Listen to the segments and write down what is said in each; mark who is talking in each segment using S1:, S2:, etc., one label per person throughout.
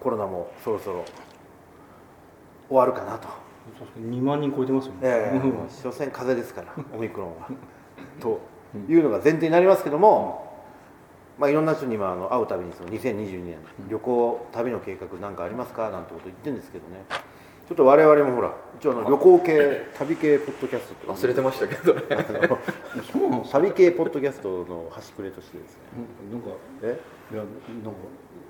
S1: コロナもそろそろ終わるかなと、
S2: 2万人超えてますよね、
S1: ええ
S2: うん
S1: 所詮風邪です からオミクロンは。というのが前提になりますけども、まあ、いろんな人に今あの会うたびにその2022年旅行旅の計画なんかありますかなんてこと言ってるんですけどねちょっと我々もほら一応あの旅行系旅系ポッドキャスト
S3: 忘れてましたけどね
S2: そうなんです
S1: 旅系ポッドキャストの端くれとしてですね
S2: うんなんか
S1: え
S2: いやなんか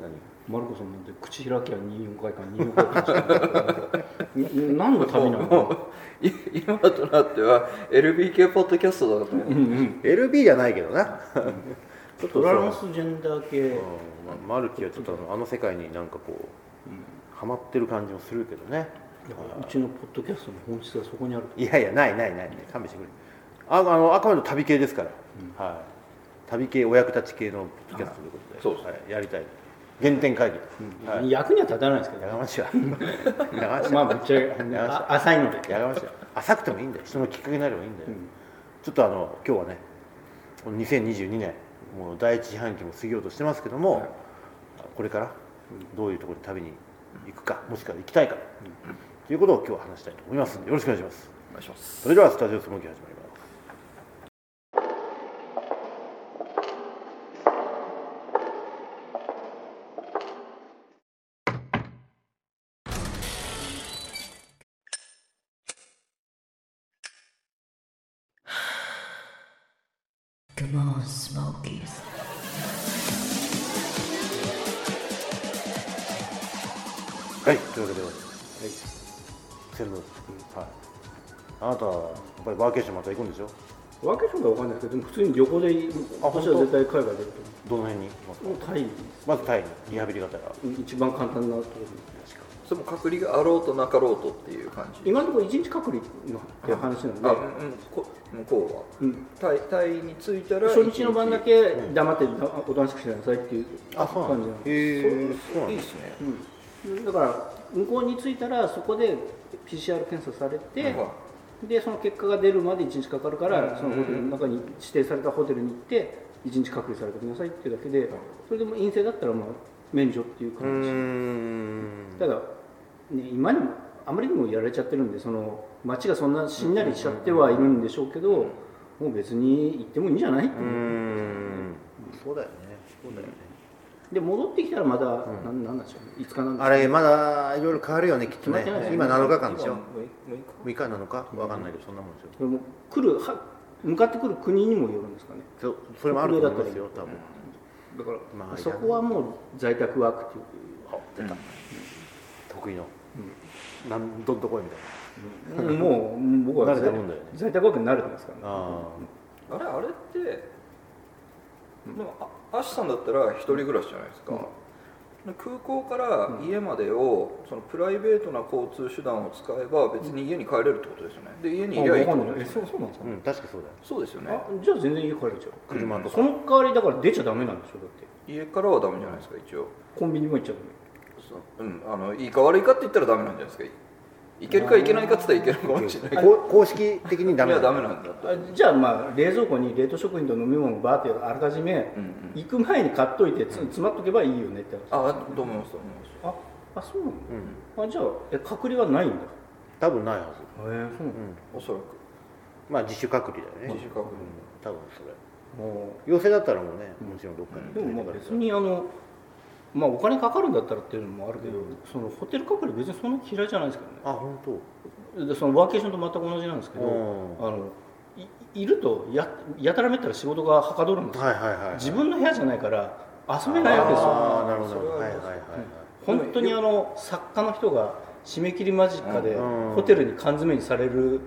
S1: 何
S2: マルコさんなんて口開きゃ24回か24回かしてるん何のためなの
S3: もうい今となっては LBK ポッドキャストだと思う、
S2: うんうん、
S1: LB じゃないけどな ちょっ
S2: ト
S1: とそ
S2: ラ
S1: の
S2: ンスジェンダー系、
S1: うんまあマルキはちょっとあのあの世界になんかこう
S2: うん
S1: ハマってる感じもするけどね
S2: だからうちのポッドキャストの本質はそこにある
S1: いやいやないないない勘弁してくれああのあくまでも旅系ですから、はい、旅系お役立ち系のポッドキャストということで,、
S3: そうです
S1: はい、やりたい原点会議、
S2: と、
S1: はい、
S2: 役には立たないですけど
S1: やがましいわやがましい
S2: まあ
S1: わ
S2: ぶっちゃけ
S1: やがましい
S2: あ浅いので
S1: やがましいわ浅くてもいいんだよ人のきっかけになればいいんだよ、
S2: うん
S1: ちょっとあの今日はねこの2022年もう第一四半期も過ぎようとしてますけども、これからどういうところに旅に行くかもしくは行きたいか、ということを今日は話したいと思いますよろしくお願いします
S3: お願いします
S1: それではスタジオスモーキー始まりますはい、というわけで、はい、セルノ、はい。あなたはやっぱりワーケーションまた行くんでしょ
S2: ワーケーションかわかんないですけどでも普通に旅行で
S1: あ本
S2: 私
S1: 当
S2: は絶対海外出ると
S1: どの辺に行きますか
S2: 思うもうタイ
S1: まずタイにリハビリがてら。
S2: 一番簡単なところ
S3: それも隔離があろうとなかろうとっていう感じ
S2: 今のところ一日隔離のっていう話な
S3: あ、う
S2: の
S3: んうん、こ向こ
S2: で、
S3: う
S2: うん、
S3: はタイタイに着いたら
S2: 初日の晩だ
S3: 一
S2: け黙っておとなしくしてなさいっていう
S1: あ、そうなん
S2: 感じなの
S1: だ。へえ、そうなん
S3: 日いい
S1: だ
S3: で。すね
S2: うん、だから向こうに着いたらそこで PCR 検査されて、
S3: は
S2: でその結果が出るまで1日かかるから、そのホテル
S3: うん
S2: の中に指定されたホテルに行って1日隔離されてくださいっていうだけで、
S3: ほど
S2: それでも陰性だったらまあ免除っていう
S1: うー
S2: 感じ、
S1: ん。
S2: ただ、ね、今にもあまりにもやられちゃってるんでその街がそんなしんなりしちゃってはいるんでしょうけど、もう別に行ってもいいんじゃないって
S1: うー
S2: いう、
S1: ん。そうだよね。そうだよね。
S2: で戻ってきたらまた、なん、なんなんでしょういつかなんでしょう
S1: あれまだいろいろ変わるよねきっとね
S2: 決まってない。
S1: 今7日間でしょ
S2: 今。
S1: 6日なのかわかんないけどそんなもんでしょ。
S2: でも来るは向かってくる国にもよるんですかね
S1: そそれもあると思いますよ多分。
S2: だから、
S1: まあ
S2: そこはもう在宅ワークっていう
S1: 得意の。なんどんとこいみたい
S2: うんもう僕は
S1: 慣れたもんだよね
S2: 在宅ワークに慣れてますからね
S1: な。あ
S3: あれあれってでもあアシさんだったら一人暮らしじゃないですか、で空港から家までを、そのプライベートな交通手段を使えば別に家に帰れるってことですよねで家にいりゃいいってことですよね
S2: うなんです
S1: あ。うん、確かそうだよ。
S3: そうですよね
S2: あじゃあ全然家帰れちゃう
S1: 車とか
S2: そ。の代わりだから出ちゃダメなんでしょだって
S3: 家からはダメじゃないですか一応
S2: コンビニも行っちゃダメ
S3: そううんあのいいか悪いかって言ったらダメなんじゃないですかいけるかいけないかって言ったらいけるかもしれないけど
S1: こう公式的にダ
S3: い
S1: メ
S3: や
S1: だ
S3: ダメなんだと
S2: あじゃあまあ冷蔵庫に冷凍食品と飲み物をバーってあらかじめ、
S3: うんうん
S2: 行く前に買っといてつ詰まっとけばいいよねって話
S3: あどう思いますどう思います
S2: ああそうなの、
S1: うん
S2: あじゃあえ隔離はないんだへ
S1: 多分ないはず。
S2: えそうなの
S3: おそらく
S1: まあ自主隔離だよね。
S3: 自主隔離
S1: うん多分それ。
S2: もう
S1: 陽性だったらもうね、もちろんどっかに
S2: でもま
S1: 連れ
S2: あ
S1: て
S2: 別
S1: 行かれたら
S2: にあの、まあ、お金かかるんだったらっていうのもあるけど、そのホテル隔離別にそんな嫌いじゃないですけ
S1: あ本当
S2: どねでそのワーケーションと全く同じなんですけど、
S1: うん
S2: あのいいるとややたらめったら仕事がはかどるんですよ、
S1: はいはいはい
S2: 自分の部屋じゃないから遊べないわけですよ
S1: ああなるほどはいはいはいはい
S2: 本当にあの作家の人が締め切り間近で
S1: うん
S2: ホテルに缶詰にされる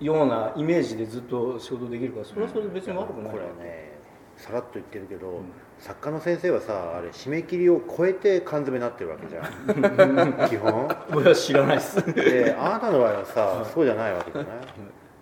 S2: ようなイメージでずっと仕事できるからそれはそれで別に悪くない
S1: これはねさらっと言ってるけど、作家の先生はさあれ締め切りを超えて缶詰になってるわけじゃ ん基本
S2: 俺は知らないです
S1: であなたの場合はさそうじゃないわけじゃない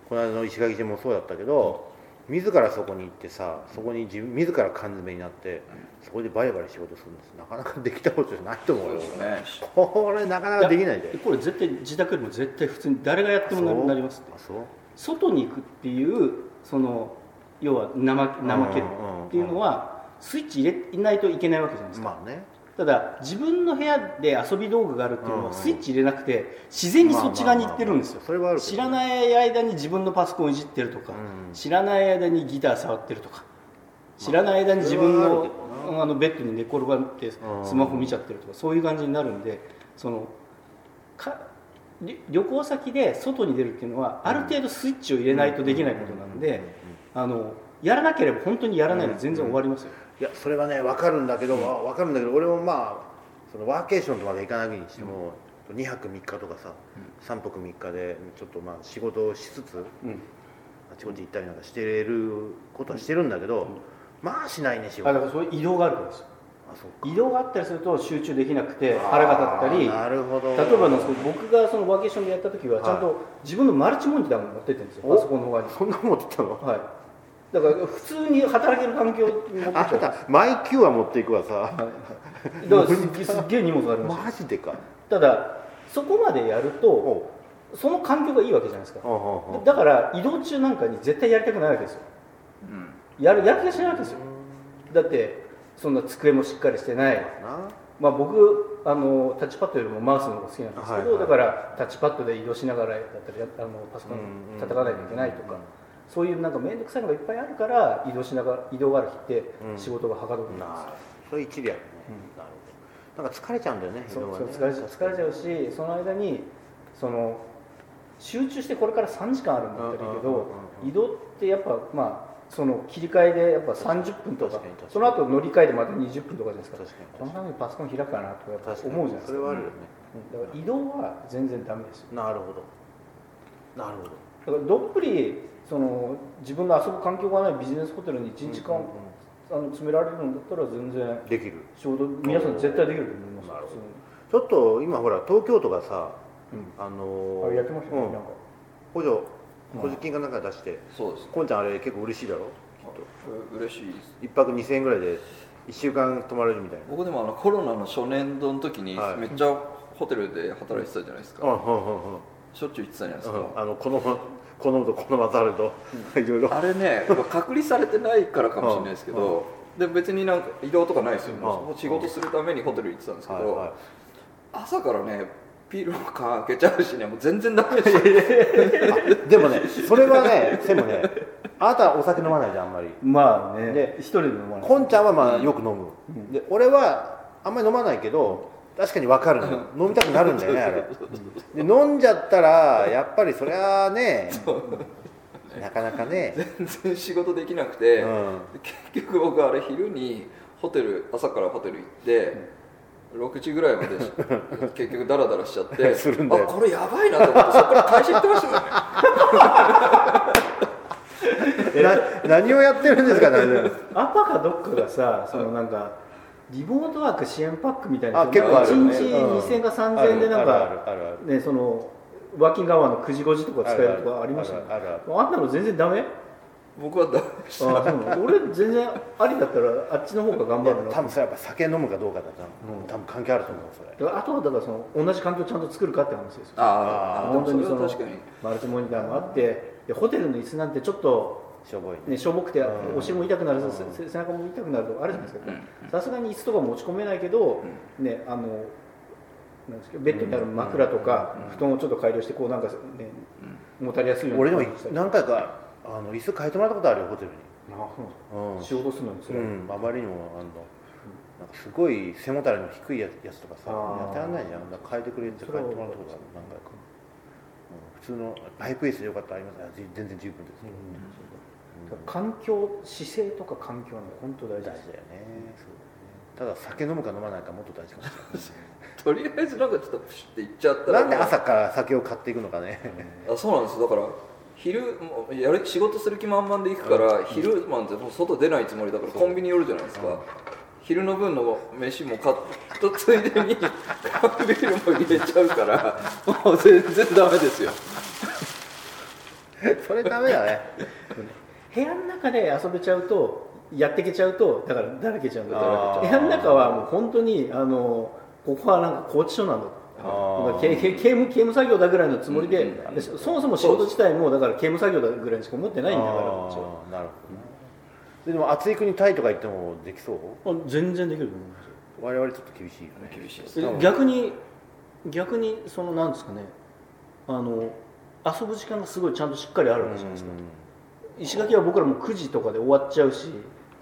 S1: この間の石垣島もそうだったけど自らそこに行ってさそこに自分自ら缶詰になってそこでバリバリ仕事するんですなかなかできたことじゃないと思うよ俺
S3: ね
S1: これなかなかできないで
S2: これ絶対自宅よりも絶対普通に誰がやってもな
S1: そう
S2: なりますって
S1: あそう
S2: 外に行くっていうその要は怠け怠ける
S1: うんうんうん
S2: っていうのはスイッチ入れないといけないわけじゃないですか、
S1: まあね
S2: ただ自分の部屋で遊び道具があるっていうの
S1: うん
S2: はスイッチ入れなくて自然にそっち側に行ってるんですよ
S1: まあまあまあそれはあるけど
S2: 知らない間に自分のパソコンいじってるとか、
S1: うん
S2: 知らない間にギター触ってるとか知らない間に自分
S1: それはあ
S2: の
S1: るけど
S2: あのベッドに寝転がってス
S1: うん
S2: マホ見ちゃってるとかそういう感じになるんでそのかり旅行先で外に出るっていうのはある程度スイッチを入れないとできないことなんであのやらなければ本当にやらないで全然終わりますよ。
S1: いやそれはね分かるんだけど、わ分かるんだけど俺もまあそのワーケーションとまで行かないにしても、2泊3日とかさ、3泊3日でちょっとまあ仕事をしつつ
S2: うん
S1: あちこち行ったりなんかしてることはしてるんだけど、まあしないね仕事
S2: あだからそういう移動があるからですよ
S1: あそう
S2: 移動があったりすると集中できなくて腹が立ったり
S1: あーなるほど
S2: 例えばなんですけど僕がそのワーケーションでやった時
S1: は
S2: は
S1: い
S2: ちゃんと自分のマルチモニターも持ってってるんですよ
S1: お
S2: パソコンの側に
S1: そんなもん持ってったの
S2: はいだから普通に働ける環境に持ってっちゃ
S1: あ
S2: う
S1: なたマイキューは持っていくわさ
S2: はいだからすっげすっげえ荷物がありました
S1: マジでか
S2: ただそこまでやると
S1: おう
S2: その環境がいいわけじゃないですか
S1: おうおうおう
S2: だから移動中なんかに絶対やりたくないわけですよ
S3: うん
S2: やるやる気がしないわけですよだってそんな机もしっかりしてない
S1: な
S2: まあ、僕あのタッチパッドよりもマウスの方が好きなんですけど、
S1: はいはい
S2: だからタッチパッドで移動しながらだったりやあのパソコ
S1: うんう
S2: ン
S1: ん
S2: 叩かないといけないとか、そういうなんか面倒くさいのがいっぱいあるから移動しながら移動がある日って
S1: うん
S2: 仕事がはかどるんですよ、
S1: なそれ一理あるね、なるほどなんか疲れちゃうんだよね
S2: そう
S1: 移動は
S2: そう
S1: ね
S2: 疲れちゃう疲れちゃうしその間にその集中してこれから3時間あるんだったらいいけ
S1: うんうん
S2: ど
S1: うんうんうん
S2: 移動ってやっぱまあその切り替えでやっぱ30分とか
S1: 確かに確かに
S2: その後乗り換えでまた20分とかじゃないですか
S1: 確かに確か
S2: こ
S1: に
S2: のためにパソコン開くかなとかやっぱ
S1: 確かに
S2: 思うじゃないです
S1: そ
S2: か
S1: れはあるよね、
S2: だから移動は全然ダメですよ
S1: なるほどなるほど
S2: だからどっぷりその自分の遊ぶ環境がないビジネスホテルに1日間、
S1: うんうん
S2: あの詰められるんだったら全然
S1: できる
S2: 仕事皆さん絶対できると思います
S1: なるほど
S2: 普
S1: ちょっと今ほら東京都がさ、
S2: う
S1: あ
S2: 通
S1: の
S2: に
S1: ー
S2: あれやってましたね、
S1: うん
S2: なんか
S1: 補助補助金かなんか出して、
S3: そうですね
S1: こんちゃんあれ結構嬉しいだろ
S3: う嬉しいです
S1: 一泊2000円ぐらいで1週間泊まれるみたいな
S3: 僕でもあのコロナの初年度の時に
S1: はい
S3: めっちゃホテルで働いてたじゃないですか、
S1: うんうんうんうん
S3: しょっちゅう行ってたじゃないですか、
S1: うんあの好む好むと好まざるといろいろ
S3: あれねやっぱ隔離されてないからかもしれないですけど、で別になんか移動とかないですよ、
S1: ん
S3: もう仕事するためにホテル行ってたんですけど、
S1: は
S3: 朝からねピロー缶開けちゃうしねもう全然ダメですよ
S1: いはいあでもねそれはねでもねあなたはお酒飲まないじゃんあんまり
S2: まあね
S1: で
S2: 一人で飲まない
S1: こんちゃんはまあよく飲む、で俺はあんまり飲まないけど確かに分かるのよ飲みたくなるんだよねあれで飲んじゃったらやっぱりそりゃあねなかなかね
S3: 全然仕事できなくて、
S1: うん
S3: 結局僕あれ昼にホテル朝からホテル行って、6時ぐらいま でし結局ダラダラしちゃって
S1: するんだよ
S3: あこれやばいなと思ってそこから会社行ってましたよね
S1: な何をやってるん ですか大丈夫
S2: アパかどっかがさそのなんかリモートワーク支援パックみたいな
S1: あ結構あるよね
S2: 1日
S1: うん
S2: 2000か3000でなん
S1: あるあるあるあ
S2: かねそのワーキングアワーの9時5時とか使えるとかありましたね
S1: あるある
S2: あんなの全然ダメ
S3: 僕はダメでした
S2: あそうなの俺全然ありだったらあっちの方が頑張るな
S1: 多分それやっぱ酒飲むかどうかだな、多分関係あると思うそれ
S2: だからあとはだからその同じ環境をちゃんと作るかって話ですよ
S3: ああ
S2: 本当にそ
S3: れは
S2: の
S3: 確かに
S2: マルチモニターもあってでホテルの椅子なんてちょっと、
S1: しょぼいね
S2: ね、しょぼくて
S1: うん
S2: お尻も痛くなるせせ背中も痛くなるとかあるじゃないですかさすがに椅子とか持ち込めないけど、ね、あのなんですかベッドにある枕とか布団をちょっと改良してこうなんかねもたれやすいように
S1: 俺でも
S2: したり
S1: 何回かあの椅子変えてもらったことあるよホテルに
S2: あそうなんで
S1: うん
S2: すか仕事するのにそれ、
S1: うん、あまりにもあのなんかすごい背もたれの低いやつやつとかさや
S2: あー
S1: ってらんないじゃんなんか変えてくれって
S2: そ
S1: 変
S2: れ
S1: え
S2: は
S1: てもらったことある何回か、うん、普通のパイプ椅子でよかったらありますあ全全然十分です、
S2: だから環境姿勢とか環境はね本当大
S1: 大
S2: 事
S1: 事だ
S2: で
S1: よ
S2: す
S1: ねそうだねただ酒飲むか飲まないかもっと大事かもし
S3: とりあえずなんかちょっとプシュって行っちゃった
S1: れ
S3: ら
S1: ないなんで朝から酒を買っていくのかね、
S3: あそうなんですだから昼もうやる仕事する気満々で行くから、昼なんてもう外出ないつもりだからコンビニ寄るじゃないですか、昼の分の飯も買ったついでに缶ビールも入れちゃうからもう全然ダメですよ
S1: それダメだね
S2: 部屋の中で遊べちゃうとやってけちゃうとだからだらけちゃうんだ
S1: あ
S2: 部
S1: ー
S2: 屋の中はもう本当にあのここはなんか拘置所なんだなんか刑刑刑務刑務作業だぐらいのつもりで,で、
S3: うん
S2: そもそも仕事自体もだから刑務作業だぐらいにしか思ってないんだからこっちは
S1: あーなるほどねででも暑い国タイとか行ってもできそう
S2: あ全然できると思いますよ
S1: 我々ちょっと厳しいよね
S3: 厳しいです
S2: え
S3: ね
S2: 逆に逆にそのなんですかねあの遊ぶ時間がすごいちゃんとしっかりあるわけじゃないですか、石垣は僕らも9時とかで終わっちゃうし、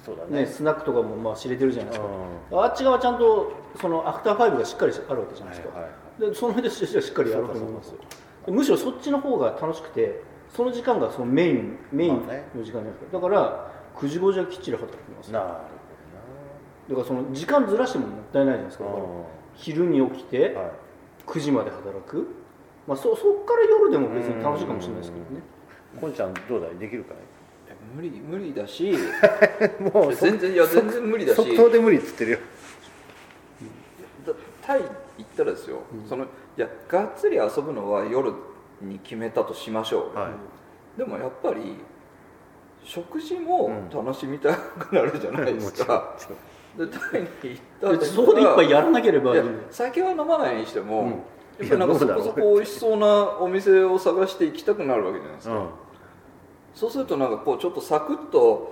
S1: そうだね
S2: ね、スナックとかもまあ知れてるじゃないですか、
S1: う
S2: あっち側はちゃんとそのアフターファイブがしっかりあるわけじゃないですか、
S1: はいはい
S2: でその辺でししっかりやると思います
S1: そう
S2: よ
S1: か
S2: むしろそっちの方が楽しくてその時間がそのメインメインの
S1: まあね
S2: 時間じゃないですかだから9時5時はきっちり働きますだか
S1: なる
S2: らその時間ずらしてももったいないじゃないですか
S1: ほ
S2: だから
S1: ど
S2: 昼に起きて、
S1: な、はい、
S2: 9時まで働く、まあ、そそっから夜でも別に楽しいかもしれないですけどね
S1: こんちゃんどうだいできるか
S3: いや無理無理だし
S1: いもうそ
S3: 全然いや全然無理だし
S1: 即答で無理っつってるよ
S3: だタイ行ったらですよ、そのいやがっつり遊ぶのは夜に決めたとしましょう、
S1: はい
S3: でもやっぱり食事も楽しみたくなるじゃないで
S1: も
S3: す
S1: ちろん
S3: か、でタイに行った
S2: でそこで一杯やらなければいい
S3: いや酒は飲まないにしても、
S1: うん
S3: やっぱりなんかそ
S1: いやど
S3: こ
S1: うだ
S3: そ
S1: ろ
S3: こ美味しそうなお店を探して行きたくなるわけじゃないです
S1: う
S3: か、
S1: んうん
S3: そうするとなんかこうちょっとサクッと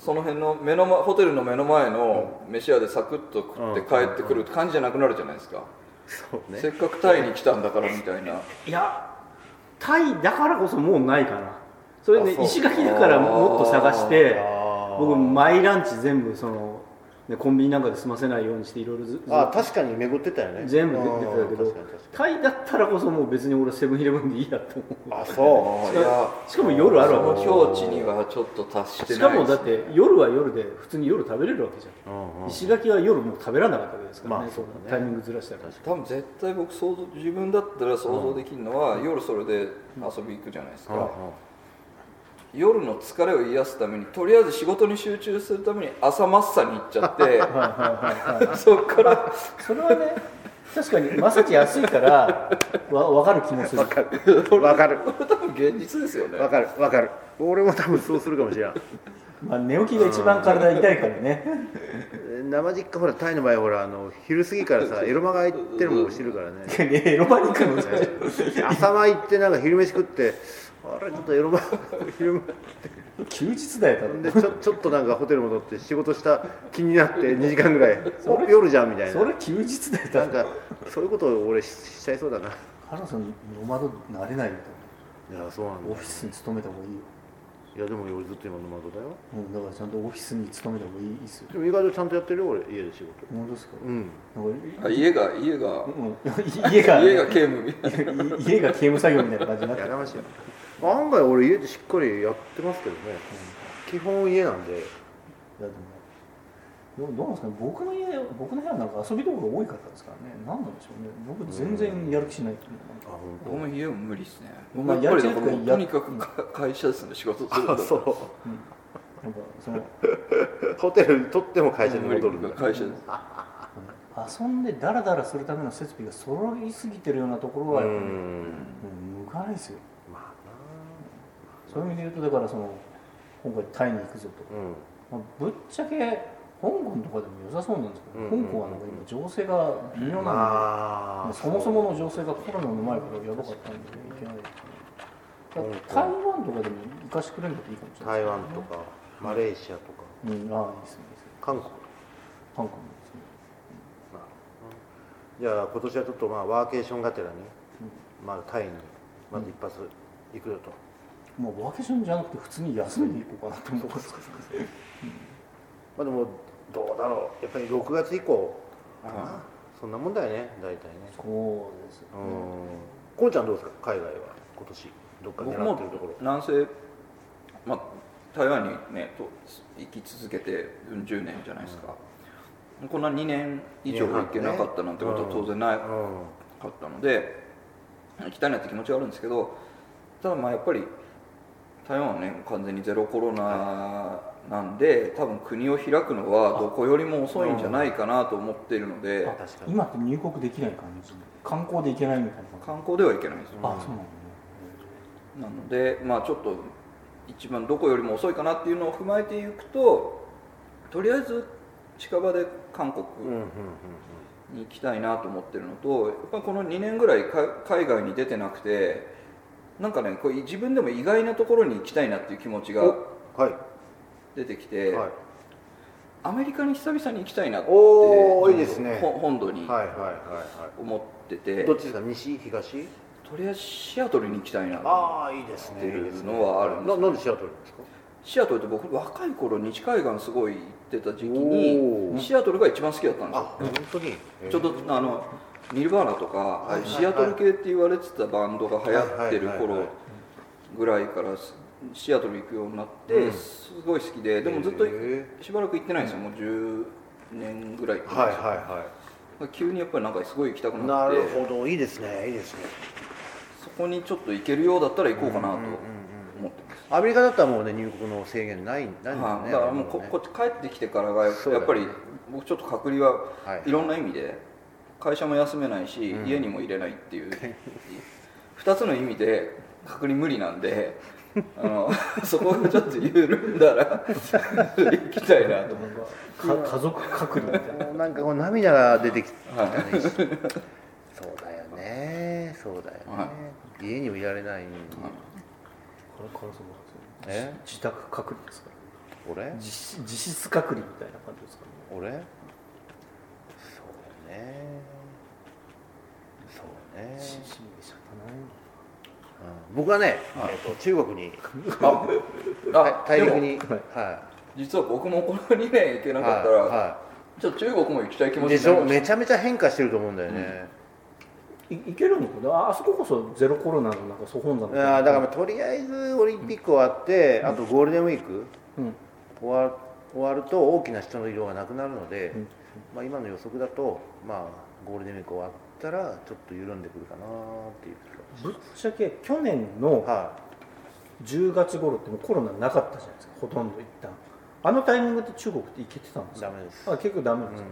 S3: その辺の目の前ホテルの目の前の飯屋でサクッと食って帰ってくる感じじゃなくなるじゃないですか、
S1: そう
S3: せ
S1: ね
S3: っかくタイに来たんだからみたいな
S2: いやタイだからこそもうないかなそれね
S3: あそう
S2: 石垣だからもっと探して
S1: あー
S2: 僕マイランチ全部その、ね、コンビニなんかで済ませないようにしていろいろずず
S1: あ確かに巡ってたよね
S2: 全部出てたけ
S1: うん
S2: ど
S1: 確かに確か
S2: タイだったらこそもう別に俺セブンイレブンでいいやと思
S1: にあ
S3: あ
S1: そう
S3: ー
S2: う
S3: いや
S2: しかも夜あるわ
S3: そ
S2: け
S3: の境地にはちょっと達してない
S2: しかもだって夜は夜で普通に夜食べれるわけじゃん
S1: うんうん
S2: 石垣は夜もう食べられなかったわけですからね,、
S1: まあそうだね
S2: タイミングずらしたら
S3: 多分絶対僕想像自分だったら想像できるのは、夜それで遊び行くじゃないですか、
S1: うんうん
S3: 夜の疲れを癒すためにとりあえず仕事に集中するために朝マッサに行っちゃっ
S2: はいはいはい
S3: て そっから
S2: それはね確かにマッサージ安いからわ分かる気もする
S1: わかるわかる
S3: これ多分現実ですよね
S1: わかるわかる俺も多分そうするかもしれん
S2: まあ、寝起きが一番体痛いからね
S1: えー生実家ほらタイの場合ほらあの昼過ぎからさエロマが行ってるのも知るからね
S2: エロバに行くのじゃ
S1: 朝間行ってなんか昼飯食ってあれちょっとエロマ 昼
S2: 休日だよ多
S1: 間
S2: 分
S1: でちょちょっとなんかホテル戻って仕事した気になって2時間 ぐらいお夜じゃんみたいな
S2: それ休日だよ多
S1: なん
S2: 分
S1: かそういうことを俺ししちゃいそうだな
S4: 原さんノマドなれないよ
S1: いやそうな
S4: 多
S1: ん
S4: 分
S1: だ
S4: オフィスに勤めた方がいいよ、
S1: いやでも俺ずっと今の窓だよ
S4: うん、だからちゃんとオフィスに勤めた方がいいですよ
S1: でも意外とちゃんとやってるよ俺家で仕事
S4: 本当ですか、
S1: うん
S4: なんか
S3: あ家が家が
S4: うん、家が
S3: 家が警務みたいな
S4: 家が刑務作業みたいな感じになって
S1: や
S4: る
S1: らましいな案外俺家でしっかりやってますけどね、基本家なんで
S4: いやでもどうなんですかね僕の家僕の部屋なんか遊びところが多い方ですからね何なんでしょうね僕全然やる気しないと思
S1: あ本
S3: 僕も家も無理ですね
S4: まあ
S3: 僕やっぱりだからもう
S4: や
S3: と
S4: っちゃ
S3: に
S4: う
S3: かくか会社ですね仕事す
S1: 当
S3: ると
S1: あ そう
S4: うなんかその
S1: ホテル取っても会社に
S3: 無理
S1: 戻るんだ
S3: 会社です
S4: 遊んでダラダラするための設備が揃いすぎてるようなところ
S1: う
S4: はやっぱり、
S1: ん
S4: うん向かないですよ
S1: ま
S4: そういう意味で言うとだからその今回タイに行くぞ
S1: あなうん
S4: と、まあぶっちゃけ香港とかでも良さそうなんですけど、
S1: うんうんうん
S4: 香港はなんか今情勢が微妙な
S1: ま
S4: ん
S1: あ
S4: で、そもそもの情勢がコロナの前からやばかったんでいけないですねだから
S1: 香
S4: 台湾とかでも行かしてくれるのっていいかもしれない
S1: 台
S4: ですね
S1: 湾とかマレーシアとか
S4: うん、ああ、いいですね。いいですね
S1: 韓国
S4: 韓国もですね。
S1: じゃあ今年はちょっとまあワーケーションがてらね、まあ、タイにまず一発行くよと、
S4: もうワーケーションじゃなくて、普通に休みで行こうかなと思ってます。
S1: まあでもどうだろうやっぱり6月以降かな、
S3: あ
S1: そんなもんだよね大体ね
S4: そうです。
S1: うんこんちゃんどうですか海外は今年どっか
S3: 僕
S1: 狙
S3: も
S1: ってるところ
S3: 南西、まあ、台湾にねと行き続けてうん10年じゃないですか、こんな2年以上行けなかったなんてことは当然な
S1: う
S3: か
S1: ん
S3: ったので、行きたいなって気持ちはあるんですけどただまあやっぱり台湾はね完全にゼロコロナなんで多分国を開くのはどこよりも遅いんじゃないかなと思っているので
S4: あ
S1: 確かに
S4: 今って入国できない感じ。観光で行けないみたいな感じ。
S3: 観光ではいけないんですよ
S4: あ、そうなんだね。
S3: なので、まあ、ちょっと一番どこよりも遅いかなっていうのを踏まえていくととりあえず近場で韓国
S1: うんうんうん
S3: に行きたいなと思ってるのとやっぱこの2年ぐらいか海外に出てなくてなんかねこれ自分でも意外なところに行きたいなっていう気持
S1: う
S3: ち
S1: ん
S3: が
S1: おはい
S3: 出てきて、
S1: はい
S3: アメリカに久々に行きたいなって
S1: おーいいですね
S3: ほ本土に
S1: はいはいは
S3: 思ってて、
S1: いはいどっちですか西東
S3: とりあえずシアトルに行きたいな
S1: ああいいですね
S3: っていうのはあるんです
S1: ななんでシアトルなんですか
S3: シアトルって僕若い頃西海岸すごい行ってた時期
S1: おー
S3: にシアトルが一番好きだったんです
S1: あ
S3: よ
S1: 本当に
S3: ちょっとあのニルバーナと
S1: い
S3: か、
S1: はいはい
S3: シアトル系って言われてたバンドが流行ってる
S1: はいはいはいは
S3: 頃
S1: い
S3: ぐらいからシシアトル行くようになって、
S1: うん
S3: すごい好きででもずっと
S1: へえ
S3: しばらく行ってないんですよもう10年ぐらい行ってない
S1: は
S3: ん
S1: い
S3: ですよ
S1: は
S3: 急にやっぱりなんかすごい行きたく
S1: いはい
S3: な
S1: な
S3: って
S1: るほどいいですねいいですね
S3: そこにちょっと行けるようだったら行こうかなと思ってます、
S1: アメリカだったらもうね入国の制限ないないんだよ
S3: は
S1: ね
S3: い、だからもうこ
S1: ね
S3: こっち帰ってきてからがやっ
S1: そうだよ
S3: ぱ
S1: ね
S3: り僕ちょっと隔離
S1: は
S3: はいいろんな意味で会社も休めないし
S1: うん
S3: 家にも入れないっ ていう2つの意味で隔離無理なんであの そこがちょっと緩んだら 行きたいなと思って
S4: か家族隔離みたいな
S1: もうなんかこう涙が出てきた
S3: はい
S1: ね、そうだよねそうだよね、
S3: は
S1: 家にもいられない、
S4: これ感想も
S1: え
S4: 自宅隔離ですから
S1: 俺
S4: 実実質隔離みたいな感じですかね
S1: 俺そうねそうね、
S4: ししびれちゃったな
S1: うん僕はね、
S3: はい
S1: えっと中国に
S3: ああ
S1: 大
S3: で
S1: 陸
S3: も
S1: に
S4: はい
S1: は
S3: 実は僕もこの2年行け
S1: い
S3: なかったら、
S1: は
S3: ちょっと中国も行きたい気
S1: い
S3: 持
S1: はい
S3: ち
S1: でし
S3: になり
S1: ょ
S3: まし
S1: めちゃめちゃ変化してると思うんだよね、
S4: いいけるのかなああそここそゼロコロナのなんか総本山
S1: いやだからま
S4: ら
S1: あとりあえずオリンピック終わって、あとゴールデンウィーク
S4: うん
S1: 終わ終わると大きな人の移動がなくなるので、
S4: うん
S1: まあ、今の予測だと、まあ、ゴールデンウィーク終わったらちょっと緩んでくるかなっていう気
S4: ぶっちゃけ去年
S1: が
S4: の
S1: は
S4: 10月頃ってもうコロナなかったじゃないですかほとんど一旦あのタイミングで中国って行けてたんで
S1: い
S4: すか
S1: ダメです
S4: あ結局ダメなんですか、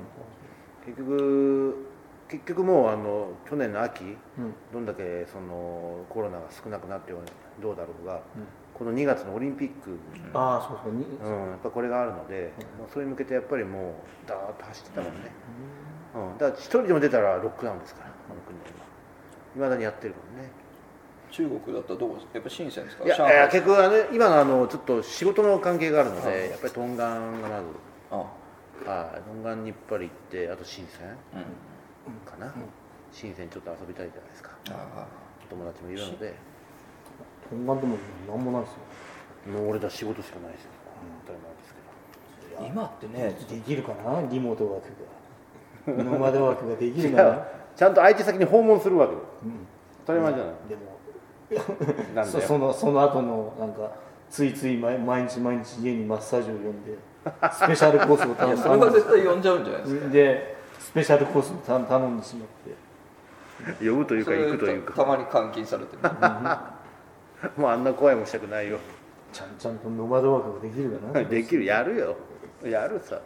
S1: 結局結局もうあの去年の秋
S4: うん
S1: どんだけそのコロナが少なくなってどうだろうが、
S4: うん
S1: この2月のオリンピック、
S4: ああそうそうに、
S1: うん、やっぱこれがあるので、
S4: うん
S1: まあそれに向けてやっぱりもうダーッと走ってたもんね、うん、だから一人でも出たらロックダウンですからあの国は今いまだにやってるもんね
S3: た中国だったらどこですやっぱ深センですか
S1: いや
S3: 上海
S1: いや結局あの今のあのちょっと仕事の関係があるので、
S3: はい
S1: やっぱりトンガンがま
S3: あ、
S1: ずはいトンガンにやっぱり行ってあと深セン
S3: うん、
S1: かな、深センちょっと遊びたいじゃないですか
S3: あ
S1: 友達もいるので
S4: 本番でもなんもないですよ
S1: もう俺だ仕事しかないですよ当たり前ですけど
S3: ー今ってね
S4: できるかなリモートワークがノマドワークができ
S1: 違
S4: る
S1: う
S4: かな、
S1: ちゃんと相手先に訪問するわけよ
S4: うん、
S1: 当たり前じゃない、
S4: でも
S1: なん
S4: そ
S1: だよ
S4: そのその後のなんかついつい毎毎日毎日家にマッサージを呼んでスペシャルコースを
S3: い
S4: 頼
S3: や
S4: ん
S3: それは
S4: 頼
S3: 絶対呼んじゃうんじゃないですか
S4: んでスペシャルコースを頼頼んでしまって
S1: 呼ぶという
S3: そ
S1: か
S3: れ
S1: 行くという
S3: た
S1: か
S3: まに監禁されてる
S1: もうあんな声もしたくないよ
S4: ちゃんちゃんとノマドワークができるかな
S1: できるやるよやるさ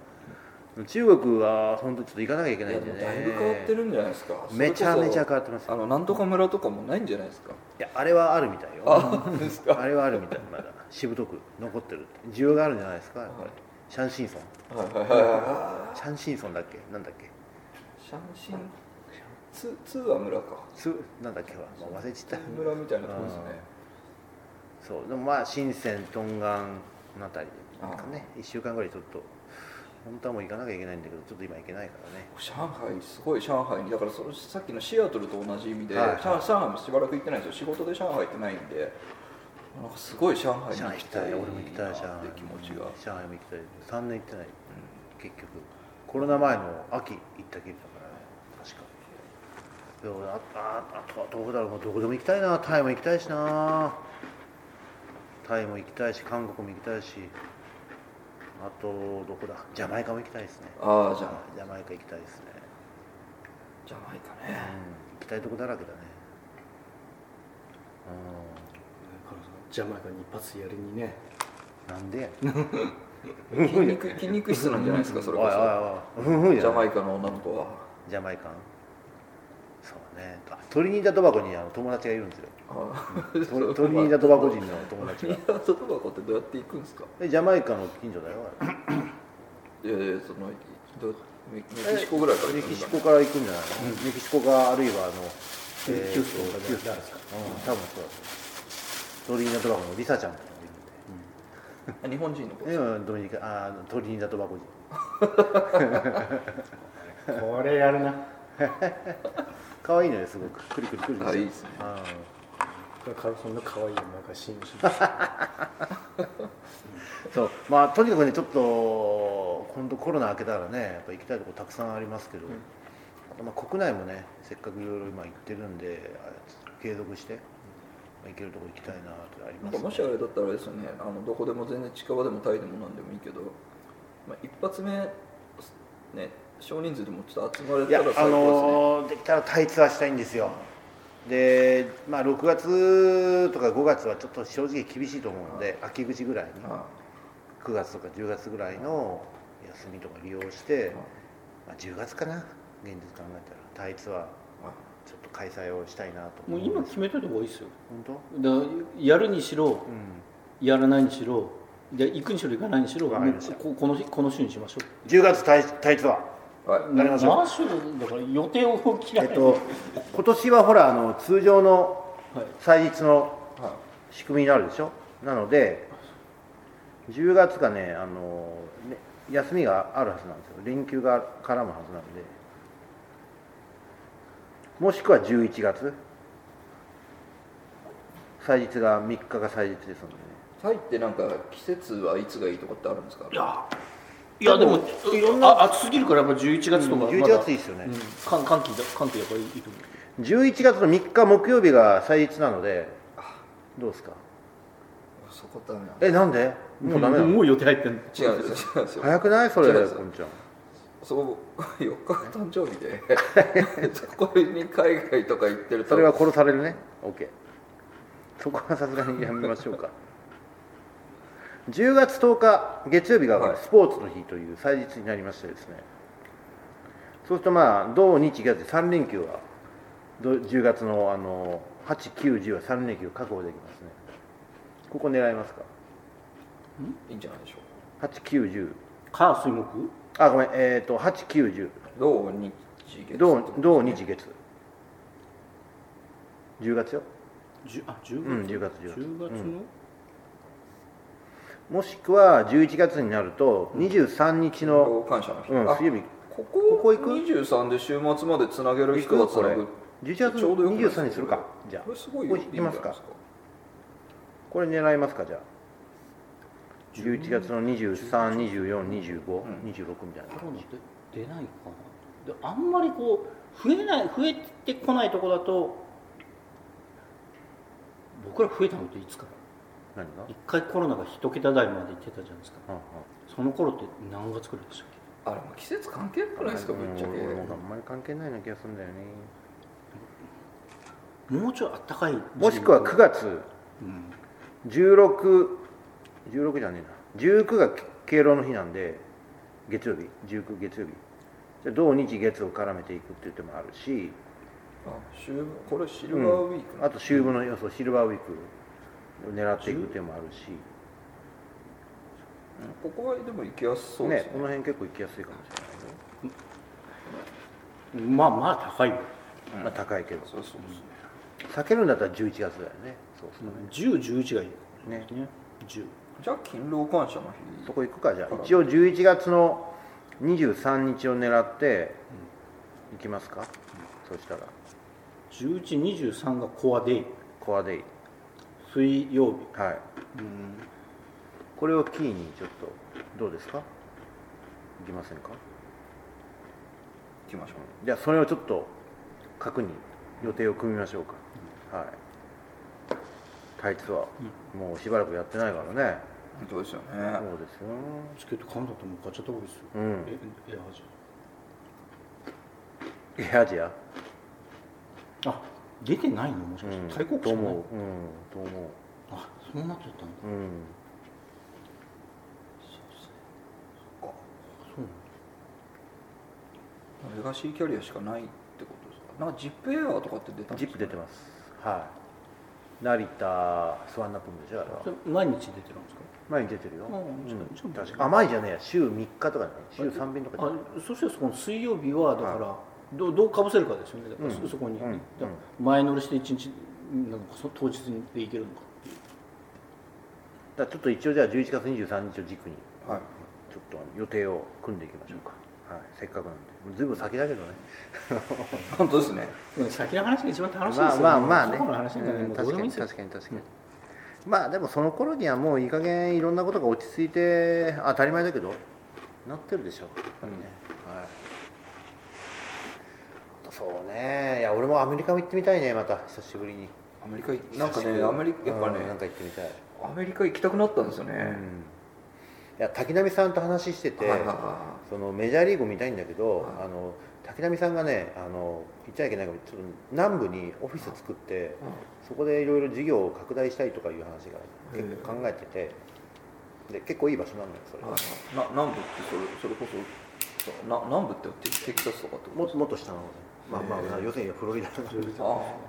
S1: 中国は本当ちょっと行かなきゃいけないんでね
S3: だいぶ変わってるんじゃないですか
S1: めちゃめちゃ
S3: それこ
S1: 変わってます
S3: そあ
S1: よ
S3: のなんとか村とかもないんじゃないですか
S1: いやあれはあるみたいよ
S3: あですか
S1: あれはあるみたいまだしぶとく残ってる需要があるんじゃないですかやっぱりシャンシンソン
S3: はいはいはいは
S1: シャンシンソンだっけなんだっけ
S3: いシャンシンツツーは村か
S1: つなんだっけは、まあ忘れちゃ
S3: ツ
S1: っ
S3: ー
S1: た
S3: 村みたいなとこですね
S1: そうでもまあ深セントンガンのあたりですかね1週間ぐらいちょっと本当はもう行かなきゃいけないんだけどちょっと今行けないからね
S3: 上海すごい上海にだからそのさっきのシアトルと同じ意味で、
S1: はいはい
S3: 上上海もしばらく行ってないんですよ仕事で上海行ってないんでなんかすごい上海に
S1: 上海
S3: 行
S1: 行
S3: き
S1: き
S3: た
S1: た
S3: い
S1: い
S3: な
S1: 俺も行きたい上
S3: っ
S1: 海
S3: て気持ちが
S1: 上海も行きたい3年行ってない、結局コロナ前の秋行ったきりだからね確かで俺あああとはどうだろうもうどこでも行きたいなタイも行きたいしなタイも行きたいし韓国も行きたいしあとどこだジャマイカも行きたいですね
S3: ああじゃあ
S1: ジャマイカ行きたいですね、
S3: ジャマイカ
S1: うん
S3: ね、
S1: 行きたいとこだらけだね
S4: ジャマイカに一発やりにね
S1: うんなんでやねん
S3: 筋肉筋肉質なんじゃないですかそれこ
S1: おい
S3: そ
S1: おいおいふんふん
S3: ジ
S1: じゃ
S3: ャ
S1: な
S3: マ
S1: い
S3: イカの女の子は
S1: ジャマイカンそうねあトリニダ・トバコにあの友達がいるんです よ
S3: あ
S1: ト
S3: ー
S1: リトリニダ・トバコ人
S3: ト
S1: の友達
S3: リニ
S1: が
S3: ダトバコってどうやって行くんですか
S1: でジャマイカの近所だよあれ
S3: いやいやそのどメメキシコぐらいから
S1: メ
S3: 行くん
S1: キ
S3: です
S1: シ
S3: か
S1: コから行くんじゃないの、メキシコかあるいはあの
S4: キュ
S1: えー
S4: ースとか
S1: キ
S4: で
S1: ュースとか
S4: 誰ですか
S1: うん多分そうだと思うトリニダ・トバコのリサちゃんとかもいるんで
S3: あ日本人の子
S1: えドミニカあートリニダ・トバコ人
S2: これやるな
S1: 可愛いのよすごくクリクリクリ
S3: あいいですね
S1: あ
S2: これカルソンの可愛いのなんか信じ
S1: ーそうまあとにかくねちょっと今度コロナ明けたらねやっぱ行きたいとこたくさんありますけど、まあ、国内もねせっかくいろいろ今行ってるんであ継続して、まあ、行けるとこ行きたいなってあり
S3: な
S1: ま
S3: んか
S1: す
S3: もしあれだったらあれですよねあのどこでも全然近場でもタイでもなんでもいいけど、まあ、一発目ね少人数でもちょっと集まれ
S1: い
S3: た
S1: や
S3: ら最高ですね
S1: あのーできたらタイツアーしたいんですよで、まあ、6月とか5月はちょっと正直厳しいと思うので秋口ぐらいに
S3: あ
S1: 9月とか10月ぐらいの休みとか利用して、まあ、10月かな現実考えたらタイツアー
S3: あ
S1: ちょっと開催をしたいなと
S2: もう
S1: 思
S2: 今
S1: 本
S2: 決めといた方がいいですよ
S1: 当
S2: だからやるにしろ
S1: うん
S2: やらないにしろで行くにしろ行かないにしろ
S1: わかりました
S2: もうここの日この週にしましょう
S1: 10月タイタイツアー
S3: はい
S1: なりましょう
S2: 何週だから予定を切ら
S1: え
S2: な
S1: っ
S2: い
S1: と今年はほらあの通常の
S2: はい
S1: 祭日の
S3: はい
S1: 仕組みになるでしょなので10月がねあのね休みがあるはずなんですよ連休が絡むはずなんでもしくは11月祭日が3日が祭日ですのでね
S3: タイってなんか季節はいつがいいとかってあるんですか
S2: いやいやでもいろんな暑すぎるからやっぱ11月とかまだ、
S1: 11月いいですよね
S2: うん、寒寒気だ寒気だからいいと思う
S1: 11月の3日木曜日が祭日なのでどうですか
S3: そこダメなんだ
S1: えなんでもうダメなの
S2: もう予定入ってんの
S3: 違うんですよ違うんですよ
S1: 早くないそれ
S3: 違う
S1: こ
S3: んですよ
S1: んちゃん
S3: そう4日が誕生日で そこに海外とか行ってると
S1: それは殺されるね OK そこはさすがにやめましょうか10月10日月曜日
S3: は
S1: が
S3: い
S1: スポーツの日という祭日になりましてですね、そうするとまあ土日月3連休はど10月のあの890は3連休確保できますねここ狙いますか
S3: いいんじゃないでしょう
S1: 890
S2: 火水木
S1: あごめんえっ、と890
S3: か土日月
S1: 土土日月10月よ
S2: じゅあ10月、
S1: うん10月10
S2: 10
S1: 月
S2: 月の、
S1: もしくは11月になると23日の、
S3: 感謝の日、
S1: うん、
S3: あ
S1: 水曜日
S3: ここ
S1: ここ行く
S3: 23で週末までつなげる人
S1: 行
S3: は
S1: く
S3: つ
S1: こ
S3: な
S1: れ
S3: ぐ
S1: 11月
S3: ちょうどよくないですか
S1: 23にするかじゃ
S3: こ
S1: あ
S3: れすごいよ
S1: ここ行きますか
S3: いいんじ
S1: これ狙いますかじゃあ11月の23242526
S3: ん
S1: みたいな
S2: コロナって出ないかなであんまりこう増えない増えてこないとこだと僕ら増えたのっていつから
S1: 何が、
S2: 一回コロナが一桁台まで行ってたじゃないですか
S1: うんうん
S2: その頃って何月くらいでしたっけ
S3: ないですかあれもう季節関係なくないですかぶっちゃけ
S1: 俺もあんまり関係ないような気がするんだよね
S2: もうちょいあったかい時期
S1: もしくは9月
S2: うん
S1: 1616じゃねえな19が敬老の日なんで月曜日19月曜日じゃあ土日月を絡めていくっていう手もあるし
S3: あ週これシルバーウィーク
S1: あと秋分の予想シルバーウィークを狙っていく手もあるし、
S3: ここはでも行きやすそう
S1: ね
S3: です
S1: こ
S3: ね
S1: の辺結構行きやすいかもし
S2: まあまあ高いよ
S1: れない、まあ高いけど
S3: そうそうですね
S1: 避けるんだったら11月だよねそうそう
S2: 1011がいい
S1: ね
S2: ね10
S3: じゃあ勤労感謝の
S1: そ
S3: 日
S1: こ行くかじゃあ一応11月の23日を狙って行きますか、そうしたら
S2: 1123がコアデイ
S1: コアデイ
S2: 水曜日
S1: はい
S2: うん
S1: これをキーにちょっとどうですか行きませんか
S3: 行きましょ
S1: じゃあそれをちょっと確認予定を組みましょうか、はいタイツは、もうしばらくやってないからね
S3: う本当ですよね
S1: そうですよ
S2: チケット買うんだったらもう買っちゃった方がいいですよ
S1: うん
S2: えエアージ
S1: エアアジア
S2: アあ出てないのもし
S1: う
S2: かし
S1: ん
S2: て対抗
S1: と
S2: 国
S1: 思
S2: も
S1: ううんと思
S2: あそうなっちゃったんだ
S1: ううん
S2: そうなんだ
S3: レガシーキャリアしかないってことですかなんかジップエアーとかって出たん
S1: ジ
S3: で
S1: ップ
S3: すか
S1: 出てますはい成田スワンナップムでしょあれは
S2: それ毎日出てるんですか
S1: 前に出てるよ、
S2: あ
S1: うん
S2: じゃあ
S1: 確か甘いじゃねえや週3日とかね週3便とかじゃ
S2: あ
S1: ない
S2: そしてそこの水曜日はだから、どうどうかぶせるかですよねだからそ,、
S1: うん
S2: こに、
S1: うんうん
S2: だから前乗りして1日なのかその当日で行けるのか
S1: だからちょっと一応じゃあ11月23日を軸に
S3: はい
S1: ちちょっと予定を組んでいきましょうか、はい、せっかくなんでもうずいぶん先だけどね
S3: 本当ですね
S2: うん先の話が一番楽しいで
S1: ますあ
S2: よ
S1: まあまあね
S2: 過去の話なんかね
S1: うん
S2: もうど
S1: 確
S2: うで
S1: か
S2: もいい
S1: に
S2: ですよ
S1: 確かに確かに、まあでもその頃にはもういい加減いろんなことが落ち着いて当たり前だけどなってるでしょうやっぱりね、はいあとそうねいや俺もアメリカも行ってみたいねまた久しぶりに
S3: アメリカ行なんかねアメリカやっぱね
S1: うんなんか行ってみたい、
S3: アメリカ行きたくなったんですよね、
S1: うんいや滝波さんと話してて、
S3: はいはいは
S1: そのメジャーリーグ見たいんだけど、
S3: はい
S1: あの滝波さんがねあの言っちゃいけないけどちょっと南部にオフィス作って、
S3: いはい
S1: そこでいろいろ事業を拡大したいとかいう話が結構考えてて、で結構いい場所なんだよそれ、
S3: はいはいな南部ってそれそれこそそうな南部ってテテキサスとかってこ
S1: も
S3: と
S1: もっと下の方で、まあまあ
S3: へえ
S1: 要するにフロリダの
S3: ですか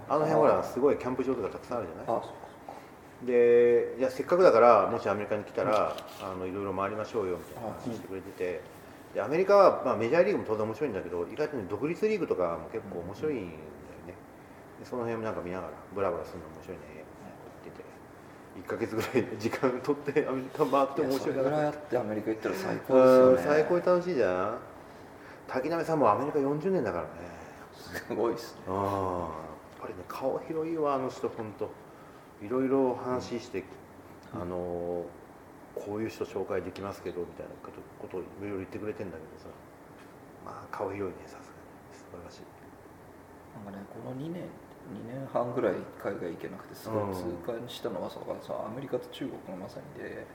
S1: あの辺ほらすごいキャンプ場とかたくさんあるじゃ
S3: あ
S1: ない
S3: あそ
S1: でいやせっかくだからもしアメリカに来たらいろいろ回りましょうよみたいな話してくれてて。でアメリカは、まあ、メジャーリーグも当然面白いんだけど意外とね独立リーグとかも結構面白いんだよね、でその辺もなんか見ながらブラブラするの面白いねって言ってて1か月ぐらい時間取ってアメリカ回って
S3: うか
S1: 面
S3: いやそ
S1: 白い
S3: れぐらいあってアメリカ行ったら最高ですよ
S1: うん
S3: ね
S1: 最高に楽しいじゃん滝波さんもアメリカ40年だからね
S3: すごいですね
S1: うんやっぱりね顔広いわあの人本当いろいろ話して、あのーこういう人紹介できますけどみたいなことことをいろいろ言ってくれてんだけどさまあ顔広いねさすがに素晴らしい
S3: なんかねこの2年2年半ぐらい海外行けなくてすごい痛感したのはさ、さアメリカと中国のまさにで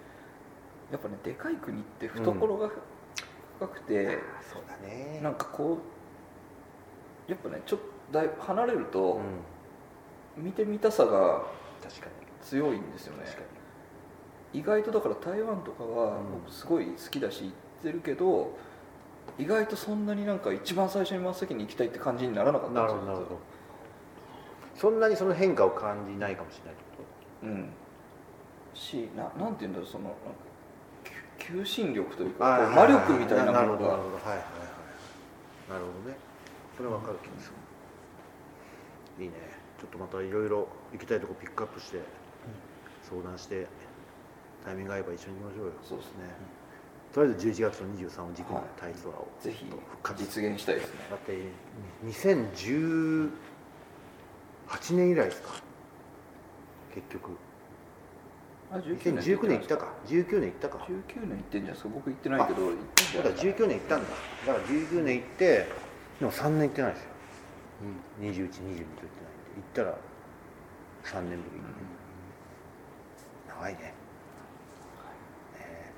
S3: やっぱねでかい国って懐が深くて、
S1: そうだね
S3: なんかこうやっぱねちょっとだいぶ離れると
S1: う、ん
S3: 見てみたさが
S1: 確かに
S3: 強いんですよね
S1: 確かに
S3: 意外とだから台湾とかは
S1: うん
S3: 僕すごい好きだし行ってるけど、意外とそんなになんか一番最初に真っ先に行きたいって感じにならなかった
S1: なんる
S3: です
S1: ほど
S3: よ
S1: なるほどそんなにその変化を感じないかもしれないってこ
S3: うん、しななんて言うんだろうそのなんか求求心力という
S1: と
S3: かこう魔力みたいなもの
S1: なるほどなる
S3: が
S1: ほどはいはいはいなるほどねそれは分かる気がする、いいねちょっとまたいろいろ行きたいとこピックアップして、相談してタイミング合えば一緒に行きましょうよ
S3: そうですね、
S1: とりあえず11月の23を軸に
S3: はい
S1: 体操を
S3: ぜひ
S1: 復活
S3: 実現したいですね
S1: だって2018年以来ですか結局
S3: あ19
S1: 2019年行ったか19年行ったか
S3: 19年行ってんじゃないですか僕行ってないけど行ったんじ
S1: だ
S3: ゃ
S1: か
S3: な
S1: ら
S3: いですか
S1: 19年行ったんだだから19年行ってでも3年行ってないですよ、うん、2122と行ってないんで行ったら3年ぶり、長いねねえ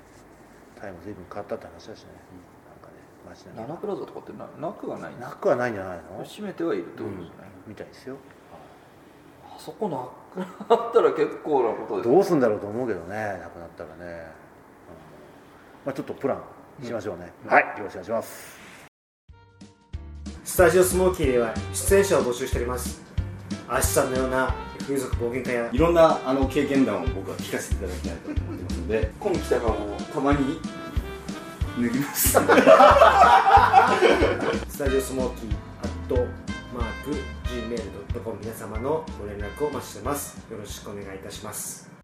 S1: タイム随分変わったって話だしね、なんかね街並
S3: 七プラザとかってななくはないん
S1: み
S3: です
S1: な
S3: か
S1: くはないんじゃないの、
S3: 閉めてはいるってことですね、
S1: みたいですよ
S3: あそこなくなったら結構なことですね
S1: どうすんだろうと思うけどねなくなったらね、うんまあ、ちょっとプランしましょうね、はいよろしくお願いします
S5: スタジオスモーキーでは出演者を募集しておりますアシさんのような風俗冒険家や
S6: いろんなあの経験談を僕は聞かせていただきたいと思ってますので今期とかもたまに脱ぎます
S5: スタジオスモーキーアットマーク Gmail.com 皆様のご連絡をお待ちしてますよろしくお願いいたします